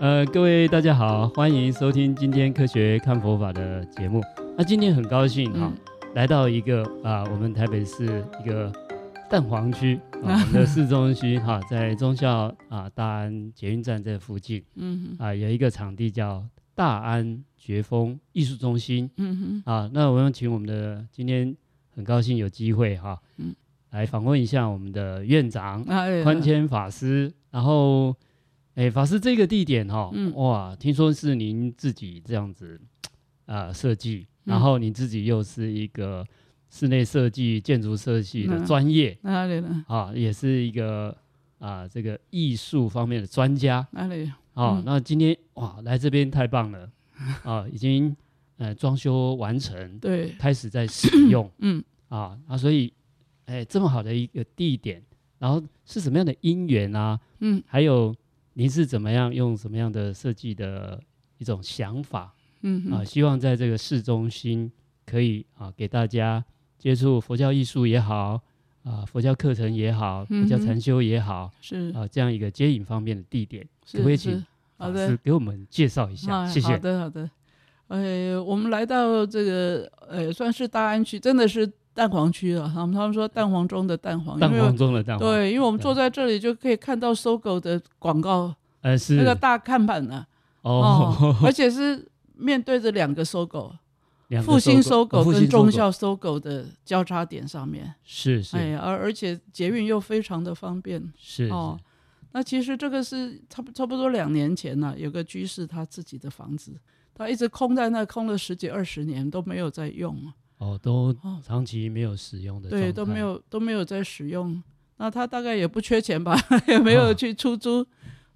呃，各位大家好，欢迎收听今天科学看佛法的节目。那今天很高兴哈、嗯来到一个啊、我们台北市一个蛋黄区啊、嗯我们的市中心 哈、在中校啊、大安捷运站这附近嗯啊、有一个场地叫大安绝风艺术中心嗯啊、那我要请我们的今天很高兴有机会哈、嗯来访问一下我们的院长哼，哎宽谦法师，然后，哎，法师这个地点哈、嗯哇，听说是您自己这样子啊、呃设计，嗯然后您自己又是一个室内设计、建筑设计的嗯专业、哪里呢？啊，也是一个啊、这个艺术方面的专家哪里？啊。嗯那今天哇，来这边太棒了 啊，已经呃装修完成，对，开始在使 用。嗯，啊啊，所以，哎，这么好的一个地点，然后是什么样的因缘啊？嗯，还有您是怎么样用什么样的设计的一种想法嗯啊？嗯希望在这个市中心可以啊，给大家接触佛教艺术也好，啊，佛教课程也好，佛教嗯哼禅修也好，是啊，这样一个接引方面的地点，可是不可以是请好法师的，给我们介绍啊一下？哎谢好谢。的好的，呃，我们来到这个呃，算是大安区，真的是蛋黄区啊。他们他们说蛋黄中的蛋黄，蛋因为黄中的蛋黄，，对，因为我们对坐在这里就可以看到搜狗的广告，呃，是那个大看板呢、哦，而且是面对着两个搜狗， 两个复兴搜收购狗哦复跟兴收中购校搜狗的交叉点上面。是是哎，而而且捷运又非常的方便是哦。那其实这个是差不差不多两年前呢、有个居士他自己的房子，他一直空在那，空了十几二十年都没有在用啊，哦，都哦长期没有使用的状态，对，都没有都没有在使用。那他大概也不缺钱吧， 也没啊有去出租。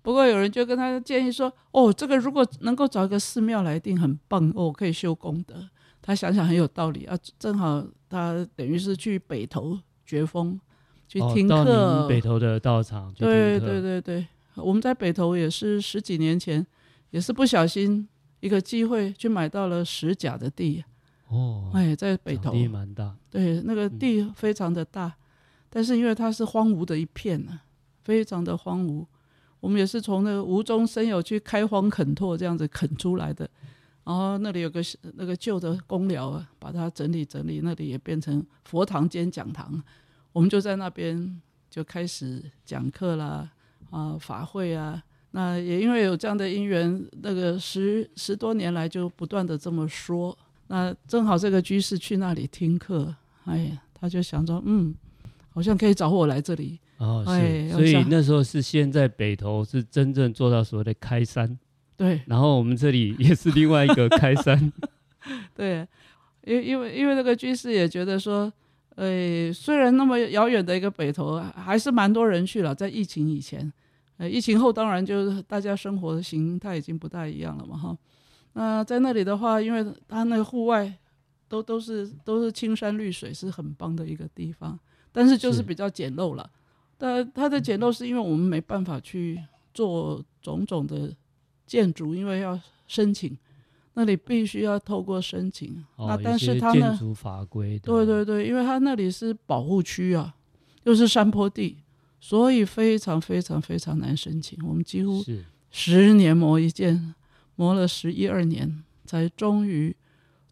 不过有人就跟他建议说：“哦，这个如果能够找一个寺庙来定，很棒哦，可以修功德。”他想想很有道理啊，正好他等于是去北投绝峰去哦听到课，您北头的道场去听对课对对对，我们在北投也是十几年前，也是不小心一个机会去买到了石甲的地，哦，哎，在北场投，地蛮大，对，那个地非常的大，但是因为它是荒芜的一片呢、非常的荒芜。我们也是从那个无中生有去开荒垦拓这样子垦出来的，然后那里有个那个旧的公寮啊，把它整理整理，那里也变成佛堂兼讲堂，我们就在那边就开始讲课啦，啊、法会啊。那也因为有这样的因缘，那个十十多年来就不断的这么说，那正好这个居士去那里听课，哎呀，他就想说，嗯，好像可以找我来这里。哦哎是，所以我想那时候是先在北头是真正做到所谓的开山，对然后我们这里也是另外一个开 山，对，因因为因为那个居士也觉得说，呃，虽然那么遥远的一个北投，还是蛮多人去了，在疫情以前，呃，疫情后当然就是大家生活形态已经不大一样了嘛哈。那在那里的话，因为它那个户外都都是都是青山绿水，是很棒的一个地方，但是就是是比较简陋了。但它的简陋是因为我们没办法去做种种的建筑，因为要申请，那里必须要透过申请。那哦，有但是些它建呢，筑法规的，对对对，因为它那里是保护区啊，又是山坡地，所以非常非常非常难申请。我们几乎是十年磨一剑，磨了十一二年，才终于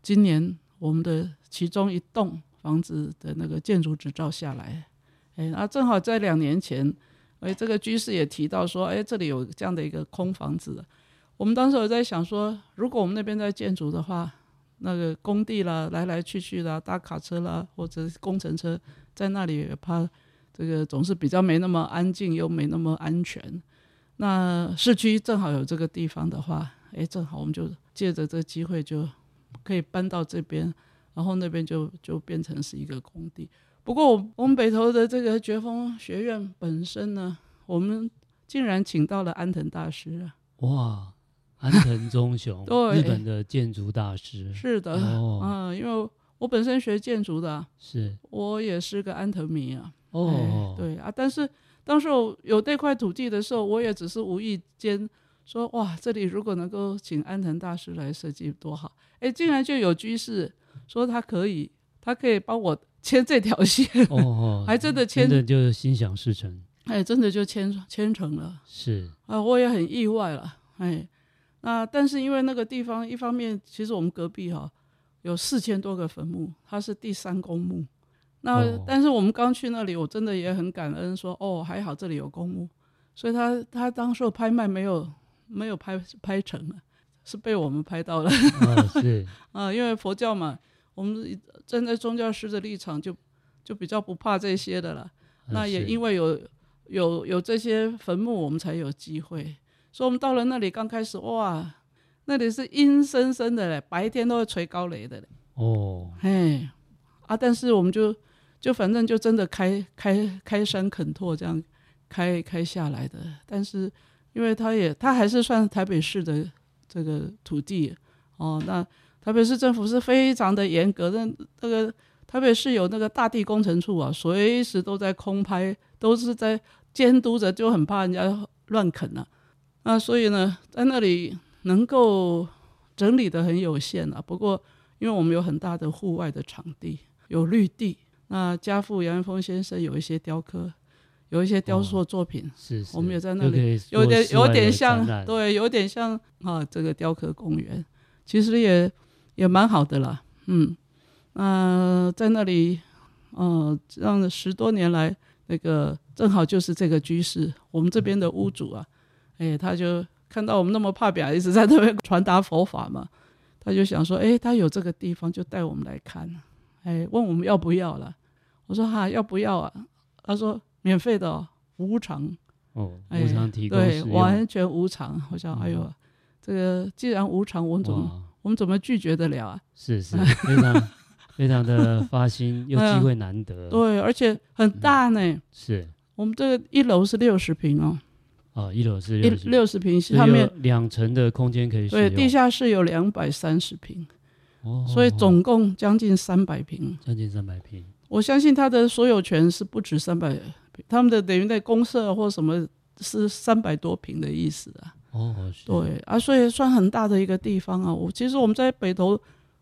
今年我们的其中一栋房子的那个建筑执照下来。哎，啊，正好在两年前，哎，这个居士也提到说，哎，这里有这样的一个空房子。我们当时有在想说，如果我们那边在建筑的话，那个工地啦，来来去去啦，搭卡车啦，或者是工程车，在那里也怕这个总是比较没那么安静，又没那么安全。那市区正好有这个地方的话，哎，正好我们就借着这个机会就可以搬到这边，然后那边就就变成是一个工地。不过我我们北投的这个觉峰学院本身呢，我们竟然请到了安藤大师啊，，哇，安藤忠雄 对日本的建筑大师，是的，哦嗯，因为我本身学建筑的啊、是我也是个安藤迷啊，哦，哎，对啊，但是当时我有这块土地的时候，我也只是无意间说，哇，这里如果能够请安藤大师来设计多好。哎，竟然就有居士说他可以，他可以帮我 牵这条线，哦哦，还真的真牵，的就是心想事成，哎，真的就牵牵成了是啊！我也很意外了，哎，那但是因为那个地方，一方面其实我们隔壁哈、有四千多个坟墓，它是第三公墓。那、哦但是我们刚去那里，我真的也很感恩说，哦，还好这里有公墓，所以他他当时拍卖没有没有拍拍成啊，是被我们拍到了 哦，是，啊，因为佛教嘛，我们站在宗教师的立场就就比较不怕这些的了。那也因为为有有有这些坟墓，我们才有机会。所以我们到了那里，刚开始哇，那里是阴森森的嘞，白天都会吹高雷的嘞，哦，嘿啊！但是我们就就反正就真的开开开山垦拓这样开开下来的。但是因为它也它还是算台北市的这个土地哦，那台北市政府是非常的严格，那那个台北市有那个大地工程处啊，随时都在空拍，都是在监督着，就很怕人家乱啃啊。那所以呢，在那里能够整理的很有限啊。不过，因为我们有很大的户外的场地，有绿地，那家父杨元峰先生有一些雕刻，有一些雕塑作品，是，是我们也在那就里可以有做点室有外点的像展，览，对，有点像啊，这个雕刻公园，其实也也蛮好的啦，嗯，那、在那里，呃，这样十多年来，那个正好就是这个居士，我们这边的屋主啊，哎，他就看到我们那么怕表，一直在那边 传达佛法嘛，他就想说，哎，他有这个地方，就带我们来看，哎，问我们要不要了，我说哈、要不要啊？他说免费的、哦，无偿。哦，哎无偿提供对，使用完全无偿。我想，嗯哎呦，这个既然无偿，我们怎么哇我们怎么拒绝得了啊？是 是非常非常的发心，又机会难得， 对，而且很嗯大呢。是我们这个一楼是六十平哦，啊，一楼是一60六十平，所以下面有两层的空间可以使对用，地下室有两百三十平，哦，所以哦总共将近三百平。将近三百平，我相信他的所有权是不止三百平，他们的等于那公社或什么是三百多平的意思啊。哦，是，对啊，所以算很大的一个地方啊。我其实我们在北投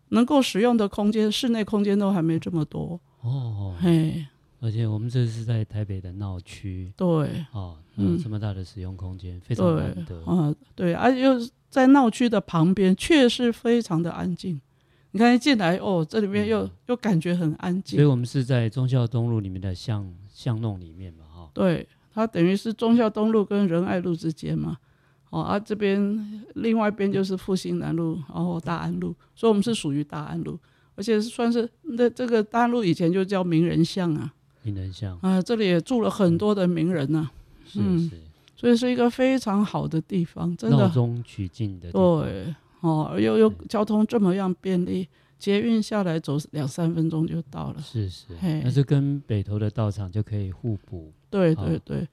能够使用的空间，室内空间都还没这么多。哦，嘿，而且我们这是在台北的闹区对，哦，嗯，嗯这么大的使用空间，非常对难得，啊，对啊，又是在闹区的旁边，确实非常的安静。你看一进来，哦，这里面又、嗯又感觉很安所以静。我们是在忠孝东路里面的巷巷弄里面嘛，哈，对，它等于是忠孝东路跟仁爱路之间嘛。哦啊，这边另外一边就是复兴南路，然后大安路，所以我们是属于大安路，而且是算是那这个大安路以前就叫名人巷啊。名人巷，啊，这里也住了嗯很多的名人呐、是嗯是所以是一个非常好的地方，真闹的中取静的地方，对哦，而又又交通这么样便利，捷运下来走两三分钟就到了。是是，嘿那这跟北投的道场就可以互补，对好对对，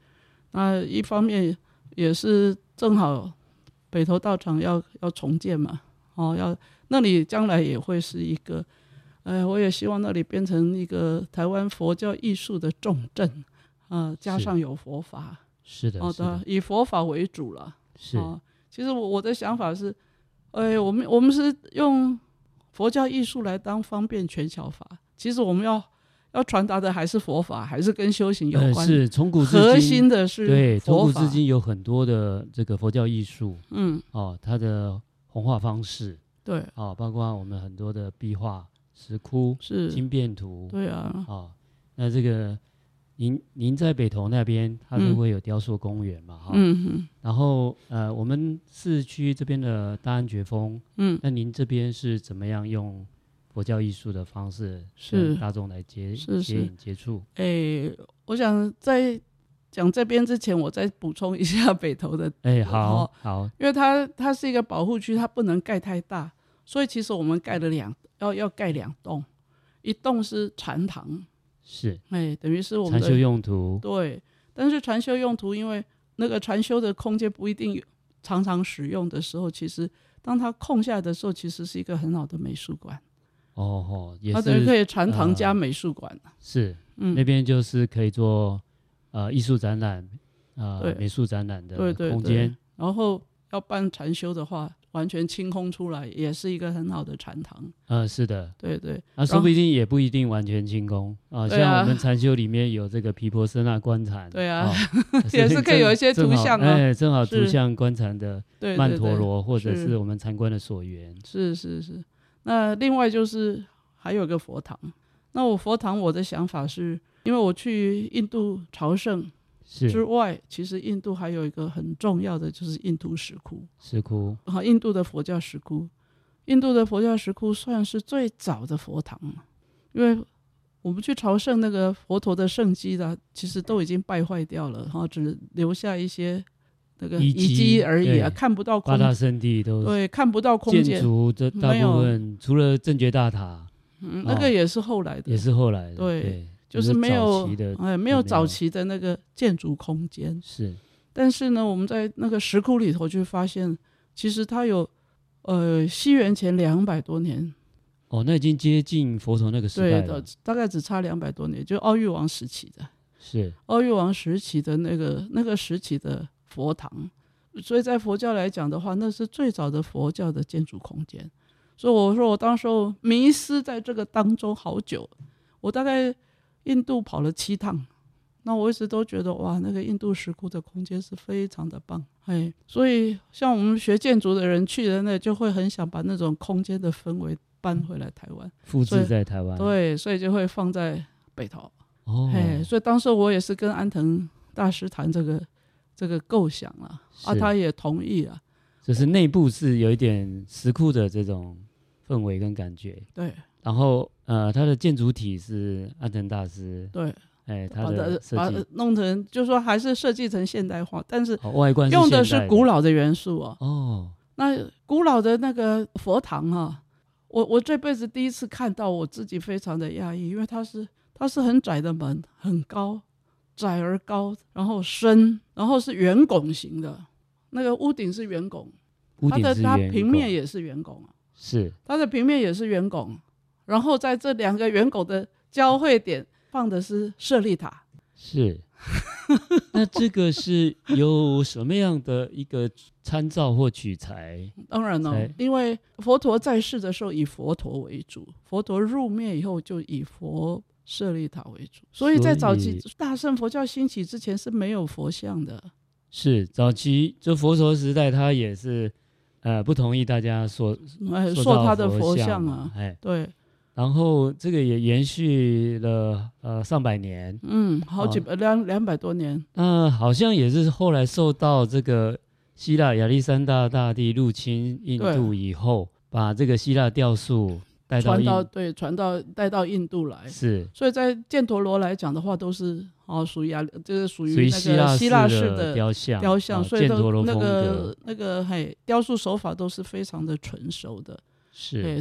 那一方面也是正好北投道场要要重建嘛，哦，要那里将来也会是一个，哎，我也希望那里变成一个台湾佛教艺术的重镇，啊、加是上有佛法，是的，好、是的的，，以佛法为主了。是啊，其实我我的想法是，哎，我们我们是用佛教艺术来当方便权巧法，其实我们要要传达的还是佛法，还是跟修行有呃，关。是从古至核今心的是对，从佛古法。至今有很多的这个佛教艺术嗯，哦，它的红化方式对，哦，包括我们很多的壁画、石窟、是，金变图对啊，哦，那这个您您在北投那边，它是嗯会有雕塑公园嘛哈、嗯嗯然后呃，我们市区这边的大安绝峰，嗯，那您这边是怎么样用佛教艺术的方式是跟大众来接接是是引接触？哎，我想在讲这边之前，我再补充一下 北投的哎，好哦好因为它它是一个保护区，它不能盖太大，所以其实我们盖了两要要盖两栋，一栋是禅堂，是哎，等于是我们禅修的用途，对，但是禅修用途，因为那个禅修的空间不一定有常常使用的时候，其实当它空下来的时候，其实是一个很好的美术馆，哦吼，也它等于是可以禅堂加美术馆，是，嗯那边就是可以做呃艺术展览、呃对美术展览的对对空对间，然后要办禅修的话，完全清空出来，也是一个很好的禅堂。呃，是的，对对，啊，说不定也不一定完全清空啊，对啊像我们禅修里面有这个毗婆舍那观禅，对啊 哦也是可以有一些正图好像啊哎，正好图是像观禅的对对曼对陀罗，或者是是我们参观的所缘，是是是。那另外就是还有一个佛堂。那我佛堂我的想法是，因为我去印度朝圣之是外，其实印度还有一个很重要的就是印度石窟，石窟，啊，印度的佛教石窟，印度的佛教石窟算是最早的佛堂了，因为我们去朝圣那个佛陀的圣迹的，其实都已经败坏掉了，然后只留下一些那个遗遗迹迹而已啊，对看不到空八大圣地都对，看不到空建间，筑这大没有部分除了正觉大塔嗯，哦那个也是后来的，也是后来的，对对，就是没早有期的，哎，没有有早期的那个建筑空间。是但是呢，我们在那个石窟里头就发现，其实它有，呃，西元前两百多年，哦，那已经接近佛陀那个时对代的了，，大概只差两百多年，就奥育王时期的是奥育王时期的那个那个时期的佛堂，所以在佛教来讲的话，那是最早的佛教的建筑空间。所以我说，我当时候迷失在这个当中好久，我大概印度跑了七趟，那我一直都觉得哇，那个印度石窟的空间是非常的棒，哎，所以像我们学建筑的人去的那，就会很想把那种空间的氛围搬回来台湾，复所以制在台湾，，对，所以就会放在北投。哦，哎，所以当时我也是跟安藤大师谈这个这个构想了，啊，是他也同意啊了。就是内部是有一点石窟的这种氛围跟感觉，对然后呃，它的建筑体是安藤大师，对，哎，他把的它设把它计，弄成，就说还是设计成现代化，但是哦，外观用的是古老，老的元素哦。哦，那古老的那个佛堂啊，我我这辈子第一次看到，我自己非常的讶异，因为它是它是很窄的门，很高，窄而高，然后深，然后是圆拱形的，那个屋顶是圆拱，屋它顶的是它圆平拱面也是圆拱啊。是它的平面也是圆拱，然后在这两个圆拱的交汇点放的是舍利塔。是。 那这个是有什么样的一个参照或取材？当然哦对，因为佛陀在世的时候以佛陀为主，佛陀入灭以后就以佛舍利塔为主，所以在早期所大乘佛教兴起之前是没有佛像的。是早期就佛陀时代，他也是呃不同意大家所哎，塑说造他的佛像嘛啊，，哎，对，然后这个也延续了呃上百年，嗯，好几哦百两两百多年，那好像也是后来受到这个希腊亚历山大大帝入侵印度以后，把这个希腊雕塑带到传印到对传到带到印度来，是所以在犍陀罗来讲的话，都是哦属于亚就是属属于于那腊个希腊式式的雕像，雕像，啊所以犍陀都罗那风个格那个嘿，雕塑手法都是非常的成熟的，对，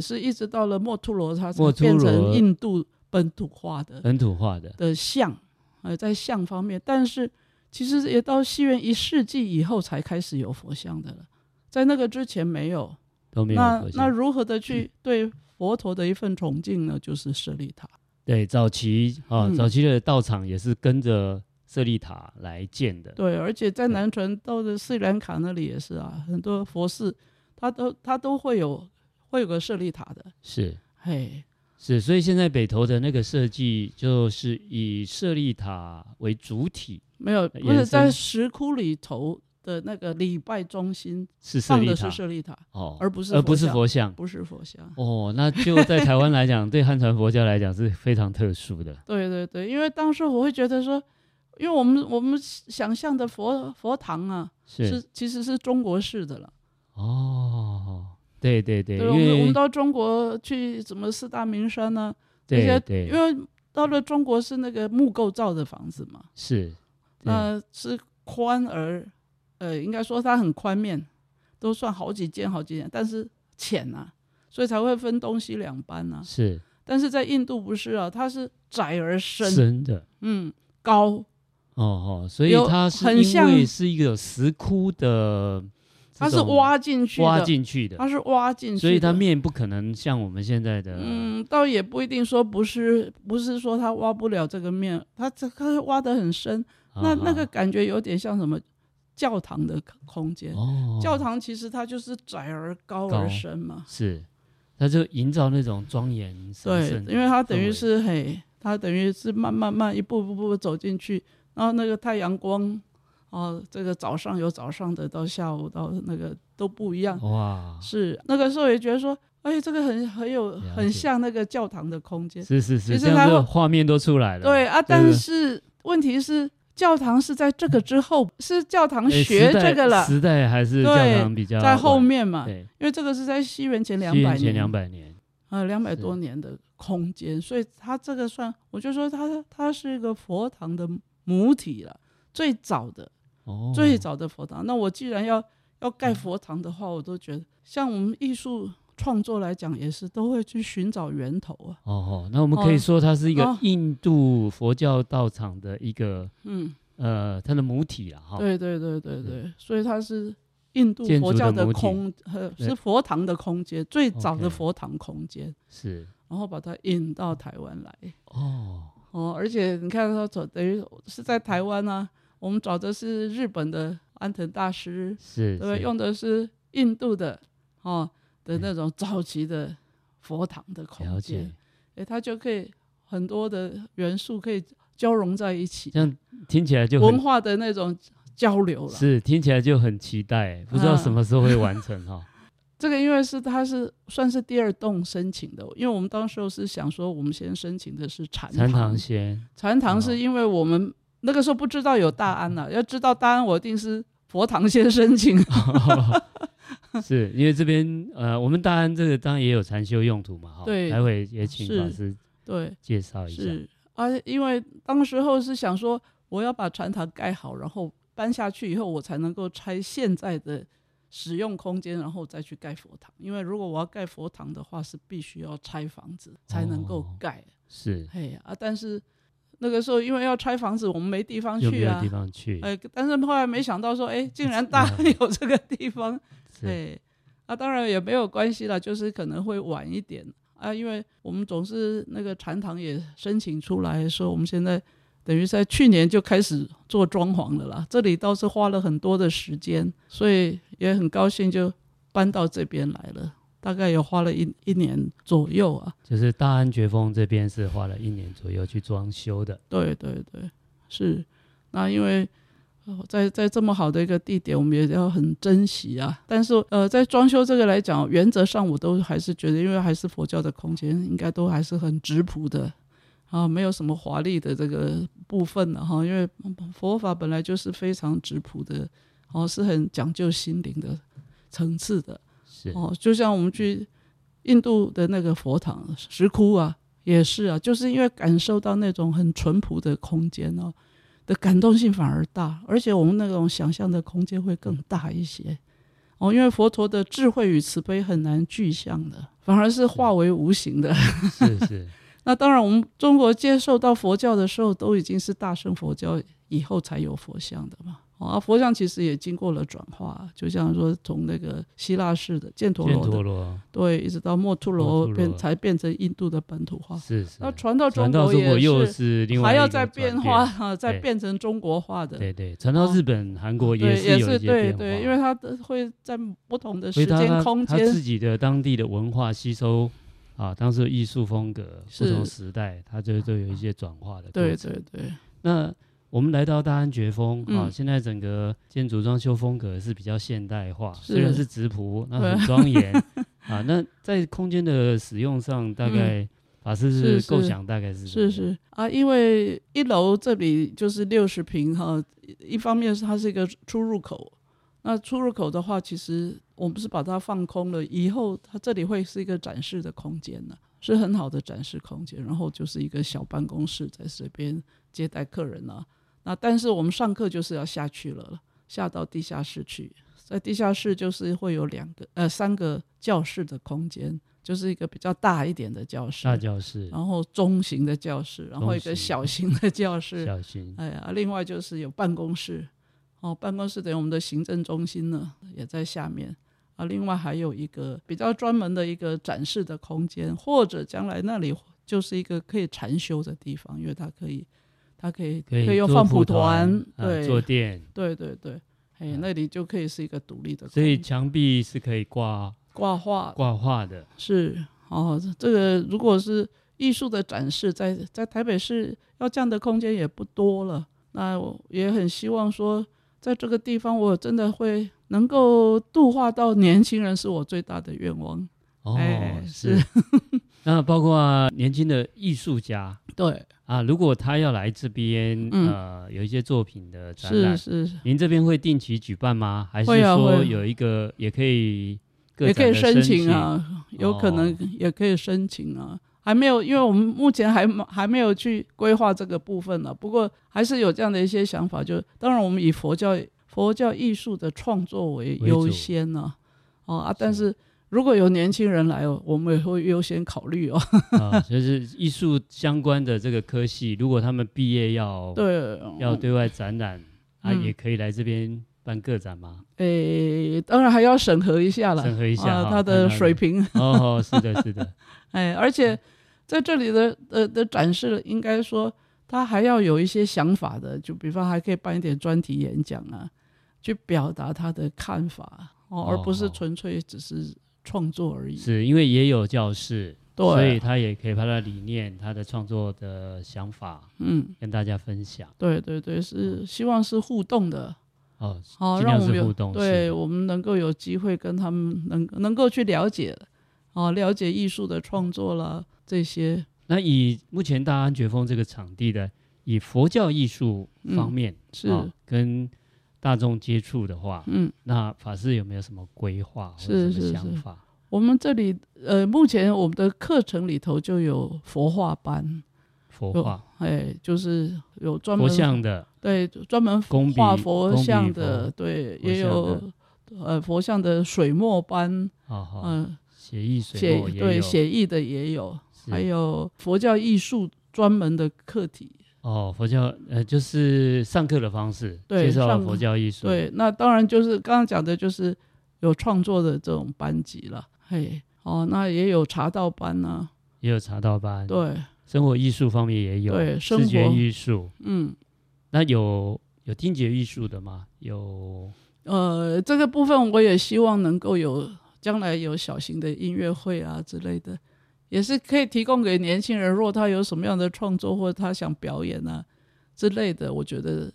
是是一直到了墨突罗，它才墨突变成罗呃印度本土化的本土化的，的像，呃，在像方面，但是其实也到西元一世纪以后才开始有佛像的了，在那个之前没有。都没有那佛那像。嗯如何的去对佛陀的一份崇敬呢？就是舍利塔，对，早期啊，嗯早期的道场也是跟着舍利塔来建的。对，而且在呃对南传到的斯里兰卡那里也是啊，很多佛寺它都它都会有会有个舍利塔的。是嘿，是，所以现在北投的那个设计就是以舍利塔为主体，没有，不延伸是在石窟里头的那个礼拜中心是舍放利的塔是舍利塔，哦，而不是而不是佛像佛像。不是佛像。哦，那就在台湾来讲， 对汉传佛教来讲是非常特殊的。对对对，因为当时我会觉得说，因为我们我们想象的佛佛堂啊，是是其实是中国式的了。哦，对对对，对，因我们我为们到中国去什么四大名山呢、这对些对因为到了中国是那个木构造的房子嘛，是，对那呃是宽而，呃，应该说它很宽面，都算好几间好几间，但是浅啊，所以才会分东西两班啊。是但是在印度不是啊，它是窄而深，真的嗯，高，哦哦，所以有它是很因像为是一个有石窟的这它是种挖进去的，挖进去的它，是挖进去的，所以它面啊不可能像我们现在的嗯，倒也不一定说不是，不是说它挖不了这个面，它这它挖得很深，啊那哈那个感觉有点像什么？教堂的空间。哦，教堂其实它就是窄而高高而深嘛，是，它就营造那种庄严神对圣，的因为它等氛于围是嘿，它等于是慢慢慢一步步步走进去，然后那个太阳光，哦，这个早上有早上的，到下午到那个都不一样。哦哇，是那个时候也觉得说，哎，这个很很有了很解像那个教堂的空间。是是是，其实这样它子会画面都出来了，对啊，就但是问题是，教堂是在这个之后，是教堂诶学哎时代这个了，时代还是教对堂比较在后晚，面嘛，对，因为这个是在西元前两西百元前年，两百年，呃，两百是多年的空间，所以它这个算，我就说它它是一个佛堂的母体了，最早的哦，嗯最早的佛堂。那我既然要要盖佛堂的话，我都觉得像我们艺术创作来讲，也是都会去寻找源头啊，哦哦，那我们可以哦说它是一个哦印度佛教道场的一个嗯，呃，它的母体了哈。对对对对是对，所以它是印度建佛筑教的的母体空，呃，对是佛堂的空间，最早 OK 嗯的佛堂空间，是然后把它引到台湾来。哦，哦，而且你看他走，等于是在台湾啊，我们找的是日本的安藤大师，是对不对？是用的是印度的哦的嗯那种早期的佛堂的了空解间，，哎，它就可以很多的元素可以交融在一起这，样听起来就文很化的那种交流了。是听起来就很期待，不知嗯道什么时候会完成 哈。这个因为是它是算是第二栋申请的，因为我们当时候是想说，我们先申请的是禅禅堂堂仙禅堂哦是因为我们那个时候不知道有大安了、要知道大安，我一定是佛堂先申请。是因为这边呃，我们大安这个当然也有禅修用途嘛哈。对待会也请是法师 对，介绍一下。是啊，因为当时候是想说，我要把禅堂盖好，然后搬下去以后，我才能够拆现在的使用空间，然后再去盖佛堂。因为如果我要盖佛堂的话，是必须要拆房子才能够哦盖。是，嘿啊，但是那个时候因为要拆房子，我们没地方就没去有啊地。方去。哎，但是后来没想到说，哎，竟 然大安有这个地方，是对，啊，当然也没有关系啦，就是可能会晚一点啊，因为我们总是那个禅堂也申请出来说，我们现在等于在去年就开始做装潢了啦，这里倒是花了很多的时间，所以也很高兴就搬到这边来了，大概也花了一一年左右啊，就是大安觉峰这边是花了一年左右去装修的。对对对，是，那因为。呃在在这么好的一个地点，我们也要很珍惜啊。但是呃，在装修这个来讲，原则上我都还是觉得，因为还是佛教的空间，应该都还是很质朴的啊，没有什么华丽的这个部分了哈。因为佛法本来就是非常质朴的，哦、是很讲究心灵的层次的。是哦，就像我们去印度的那个佛堂石窟啊，也是啊，就是因为感受到那种很淳朴的空间哦，的感动性反而大，而且我们那种想象的空间会更大一些。哦，因为佛陀的智慧与慈悲很难具象的，反而是化为无形的。 是是，那当然，我们中国接受到佛教的时候，都已经是大乘佛教以后才有佛像的嘛。哦啊，佛像其实也经过了转化，就像说从那个希腊式的犍陀犍罗的陀罗对，一直到墨吐墨罗吐变罗才变成印度的本土化，是是哦那。传到中传到中国又也是另外还一要个再转变化哈、啊，再对变成中国化的。对对，传到哦日本、韩国对，是有是一些对变化，对，因为它的会在不同的所以时他间、他空他自间，己的当地的文化吸收啊，当时的艺术风格不是同时代，它就都有一些转化的过对程。对对，那我们来到大安觉峰啊，嗯现在整个建筑装修风格是比较现代化，是虽然是直朴，那很对庄 严啊。那在空间的使用上，大概法师是嗯是是构想大概是是是啊，因为一楼这里就是六十平哈，一方面是它是一个出入口，那出入口的话，其实我们是把它放空了，以后它这里会是一个展示的空间呢、是很好的展示空间，然后就是一个小办公室在这边接待客人啊。那但是我们上课就是要下去了，下到地下室去，在地下室就是会有两个呃三个教室的空间，就是一个比较大一点的教室，大教室、然后中型的教室，然后一中型个小型的教室，小型哎呀，另外就是有办公室，哦，办公室等于我们的行政中心呢，也在下面啊。另外还有一个比较专门的一个展示的空间，或者将来那里就是一个可以禅修的地方，因为它可以，它可以可以用做放蒲团，啊、对、坐垫，对对对，哎，那里就可以是一个独立的空所以间。墙壁是可以挂挂画挂画的，是哦，这个如果是艺术的展示，在在台北市要这样的空间也不多了。那我也很希望说，在这个地方，我真的会能够度化到年轻人，是我最大的愿望。哦，哎是。 那包括、年轻的艺术家对，啊，如果他要来这边，嗯呃，有一些作品的展是览，是，您这边会定期举办吗？还是会啊会说啊有一个也可以个也可以展的申哦请？啊，有可能也可以申请啊。还没有，因为我们目前还还没有去规划这个部分呢、不过还是有这样的一些想法，就当然我们以佛教佛教艺术的创作为为优主先呢、哦啊，但是如果有年轻人来，哦，我们也会优先考虑哦。 啊，就是艺术相关的这个科系，如果他们毕业要对，要对外展览啊，嗯也可以来这边办个展吗？诶，当然还要审核一下了，审核一下哈啊他看的他的水平。 哦，是的，是的，哎，而嗯且在这里的呃的展示，应该说他还要有一些想法的，就比方还可以办一点专题演讲啊，去表达他的看法哦，而不是哦纯粹只是创作而已。是因为也有教室，对，所以他也可以把他的理念、他的创作的想法嗯，跟大家分享。对对对，是希望是互动的。哦，嗯哦，尽让量我们是有互动式的，对我们能够有机会跟他们能能够去了解，哦，了解艺术的创作啦这些，那以目前大安绝峰这个场地的，以佛教艺术方面、嗯是啊跟大众接触的话，嗯，那法师有没有什么规划或者是什是么想法？我们这里呃，目前我们的课程里头就有佛画班，佛有画、哎，就是有专佛门像的对专门工笔画佛工笔像佛的，对，佛也像有呃佛像的水墨班，哦，好、嗯、写意水写墨也有，对写意的也有，是还有佛教艺术专门的课题。哦，佛教呃就是上课的方式，对介绍了上佛教艺术，，对，那当然就是刚刚讲的，就是有创作的这种班级了，嘿。哦，那也有茶道班呢、也有茶道班，，对，生活艺术方面也有，对生视觉活艺术，嗯，那有有听觉艺术的吗？有呃，这个部分我也希望能够有将来有小型的音乐会啊之类的，也是可以提供给年轻人，如果他有什么样的创作或者他想表演啊之类的，我觉得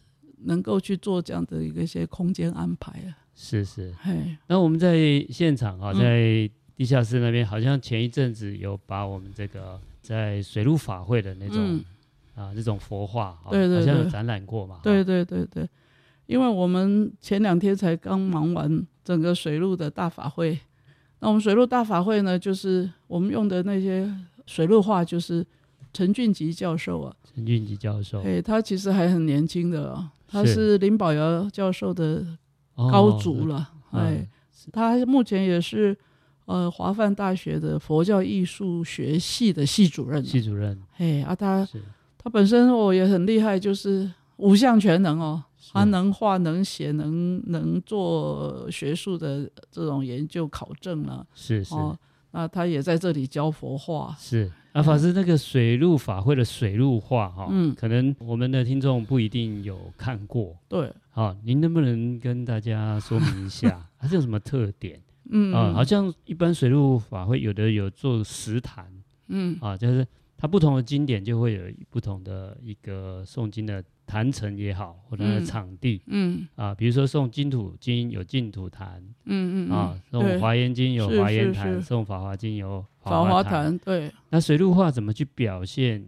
能够去做这样的一个一些空间安排啊。是是，嘿，那我们在现场啊，嗯在地下室那边，好像前一阵子有把我们这个在水陆法会的那种、嗯啊那种佛画、啊，对对好像有对展览过嘛。对啊，对对对，因为我们前两天才刚忙完整个水陆的大法会，那我们水陆大法会呢，就是我们用的那些水陆画，就是陈俊吉教授啊。陈俊吉教授，哎、他其实还很年轻的哦，他哦是是林宝尧教授的哦高足，了。嗯哎、他目前也是呃华范大学的佛教艺术学系的系主任。啊系主任哎啊，他是他本身我也很厉害，就是五项全能哦，是他能画、能写、能能做学术的这种研究考证了、是是、哦，那他也在这里教佛画。是。啊，法师，那个水陆法会的水陆画哈、嗯可能我们的听众不一定有看过，对，好、您能不能跟大家说明一 下，它是有什么特点？嗯，啊、好像一般水陆法会有的有做石坛，嗯啊，就是它不同的经典就会有不同的一个诵经的坛城也好，或者它的嗯场地、嗯啊，比如说诵净土经有净土坛、嗯嗯嗯，啊，诵对华严经有是华严是坛，是诵法华经有法华华坛对。那水陆画怎么去表现？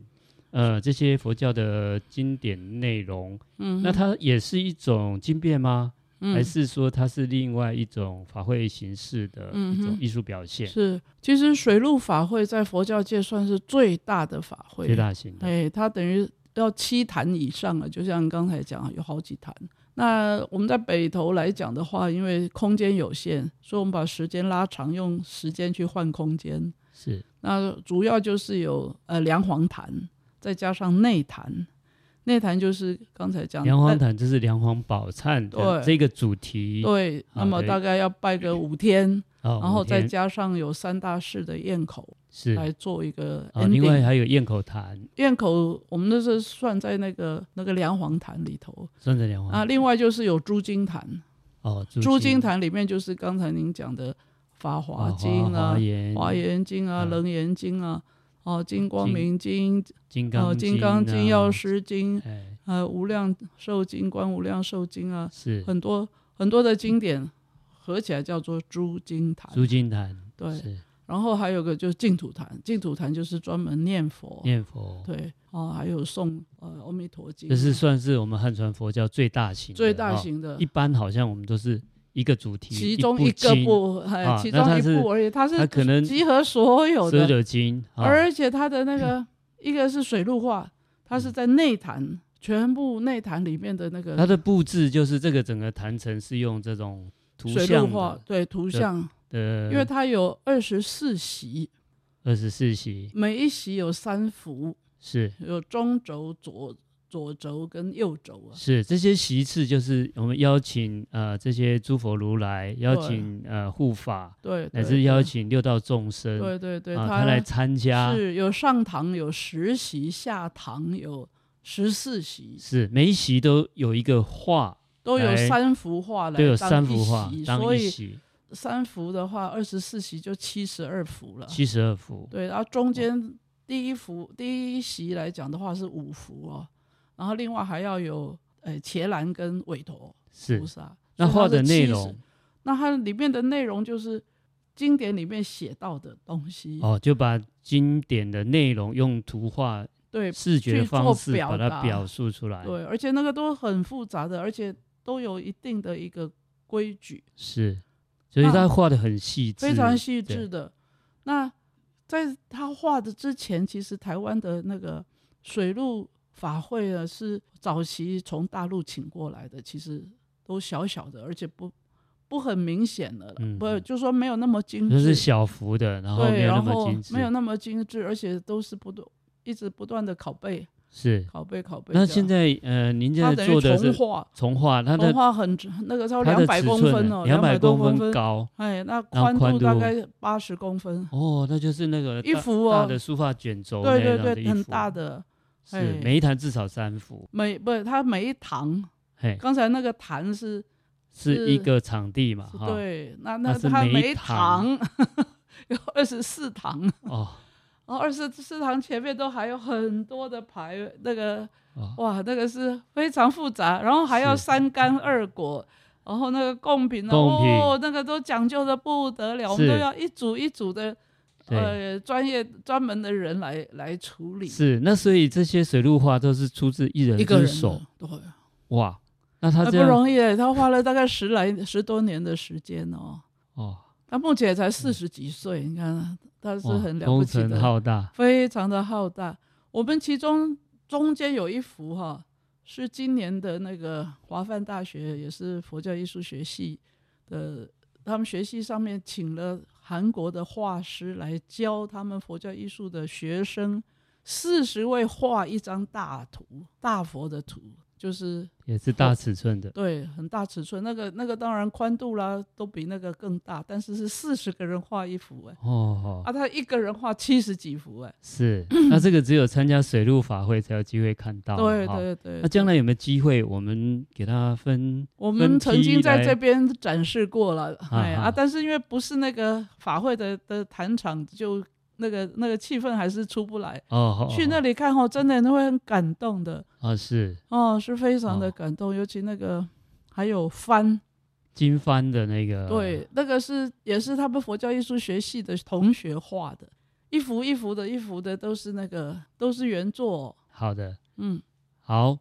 呃，这些佛教的经典内容，嗯，那它也是一种经变吗？嗯还是说它是另外一种法会形式的一嗯种哼艺术表现？是，其实水陆法会在佛教界算是最大的法会，最大型的，哎，它等于要七坛以上了，就像刚才讲，有好几坛。那我们在北投来讲的话，因为空间有限，所以我们把时间拉长，用时间去换空间。是那主要就是有呃梁皇坛，再加上内坛，内坛就是刚才讲的梁皇坛，这是梁皇宝忏的这对个主题对，那啊么对大概要拜个五天，哦，然后五再天加上有三大寺的宴口，是来做一个 ending。哦，另外还有堰口坛，堰口，我们那是算在那个那个梁皇坛里头算在梁皇啊。另外就是有朱金坛，哦，朱金金坛里面就是刚才您讲的《法华经》啊，啊，华《严、华严经》啊，嗯《楞严经》啊，哦，《金光金明经》金哦，刚啊《金刚刚经》《药，师经》哎，呃，《无量寿经》《观无量寿经》啊，是很多很多的经典合起来叫做朱金坛。朱金坛，对，是然后还有个就是净土坛，净土坛就是专门念佛。念佛，对，哦，还有诵呃《阿弥陀经》，这是算是我们汉传佛教最大型的最大。哦型的。一般好像我们都是一个主题，其中一一个部部，哎、啊其那中它一是部而已，它经，是它可能集合所有所有的，的经，啊嗯而且它的那个一个是水陆画，它是在内坛，全部内坛里面的那它个的布置就是这个整个坛城是用这种图水陆像画的，，对图的像，呃，因为它有二十四席，二十四席每一席有三幅，是有中轴、左左轴跟右轴啊，是这些席次，就是我们邀请呃这些诸佛如来，邀请呃护法，对，乃对至邀，请六道众生对对对，啊，它他来参加，是有上堂有十席，下堂有十四席，是每一席都有一个画，都有来三幅画来哎都有当三一幅画席当所一以席，三幅的话，二十四席就七十二幅了。七十二幅，对，然后中间第一幅第一席来讲的话是五幅哦，然后另外还要有呃伽蓝跟韦陀是菩萨。那所以它画是的内70容，那它里面的内容就是经典里面写到的东西，哦，就把经典的内容用图画对视觉去的方做式表把它达表述出来，对，而且那个都很复杂的，而且都有一定的一个规矩。是，所以那他画的很细致，非常细对致的。那在他画的之前，其实台湾的那个水陆法会呢，是早期从大陆请过来的，其实都小小的，而且不不很明显的了，嗯不就说没有那么精就是致，小幅的，然后没对，有那然么后精致，没有那么精致，而且都是不断一直不断的拷贝、是。拷贝、拷贝这样。那现在呃，您现他在等做于的重是画，重画，它重的画很那个超它两的百尺公寸分哦，呢，两百多公分，高哎，那然后宽宽度大度概八十公分，哦，那就是那个一大幅大哦，的书法卷轴那对样对的对，一很幅大的，哎是每一坛至少三幅，每不是它每一堂，嘿，刚才那个坛是是一是个场地嘛，是哈，对，那那是它每一每一堂堂 有二十四堂，然哦后二十四堂前面都还有很多的牌，那个哦，哇，那个是非常复杂，然后还要是三干二果。然后那个贡品呢？贡品哦，那个都讲究的不得了，我们是都要一组一组的，对，呃，专业专门的人来来处理。是那所以这些水陆画都是出自一人一个之人手的，对，哇，那他很这哎样不容易耶，他花了大概十来十多年的时间哦。哦，他目前才四十几岁，你看他是哇很了不哦工起程的，浩大，非常的浩大。我们其中中间有一幅哈、是今年的那个华范大学，也是佛教艺术学系的，他们学系上面请了韩国的画师来教他们佛教艺术的学生，四十位画一张大图，大佛的图，就是也是大尺寸的，对，很大尺寸，那个那个当然宽度啦都比那个更大，但是是四十个人画一幅哎、哦， 啊，他一个人画七十几幅哎、是，那这个只有参加水陆法会才有机会看到，啊对哈。对对。那将来有没有机会我们给他分？我分们曾批经在来这边展示过了，哎啊哈啊，但是因为不是那个法会的的谈场，就那个那个气氛还是出不来。哦，去那里里看哦，真的会很感动的啊，是哦，是非常哦的感动，尤其那个还有帆，金帆的那个，对，那个是也是他们佛教艺术学系的同学画的，一幅一幅的，一幅的都是那个都是原作哦、好的，嗯，好，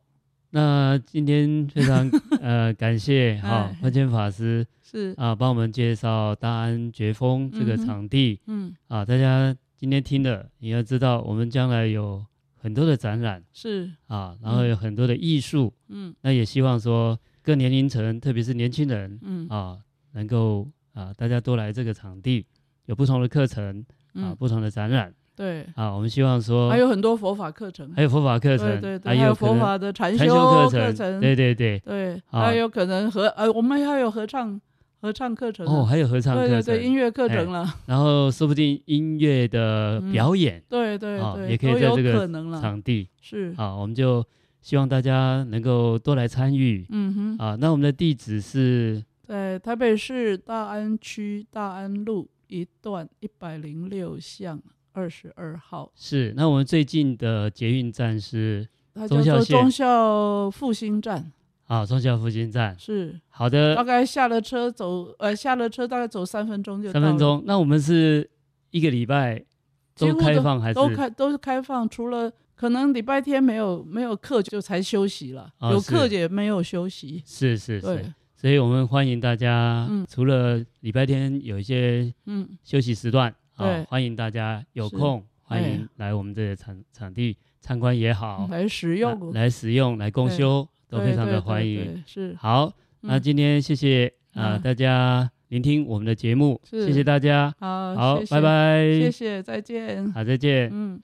那今天非 常呃感谢哈哎慧谦法师是，啊，帮我们介绍大安绝峰这个嗯哼场地、嗯，啊，大家今天听了，你要知道我们将来有很多的展览是，啊，然后有很多的艺术，嗯那也希望说各年龄层，特别是年轻人嗯啊，能够啊大家多来这个场地，有不同的课程啊，嗯，不同的展览对，啊，我们希望说还有很多佛法课程，还有佛法课对程，对还对，还有可佛能法的禅禅修课程，对对对，对，啊还有可能合呃，我们还有合唱合唱课程哦，啊，还有合唱对课对程，对，音乐课哎程了，然后说不定音乐的嗯表演对对啊对，也可以都在有这个可能了，场地是，啊，我们就希望大家能够多来参与嗯哼，啊。那我们的地址是在台北市大安区大安路一段一百零六巷二十二号，是，那我们最近的捷运站是它忠叫孝做线忠孝复兴站，啊，中校复兴站。是好大的，概下了车走，呃，下了车大概走三分钟就三到分了，钟。那我们是一个礼拜几都乎开放还是都开都是开放，除了可能礼拜天没有没有课就才休息了，啊有是课也没有休息，是是是对，，所以我们欢迎大家，嗯除了礼拜天有一些嗯，休息时段啊对，欢迎大家有是空欢哎迎来我们这个场场地参观也好，来使嗯用来来使用、来公对休都非对常对的对欢迎。对是好，那嗯今天谢谢啊、嗯大家聆听我们的节目，是谢谢大家，好，好，谢谢拜，拜，谢谢，再见，好，再见。嗯。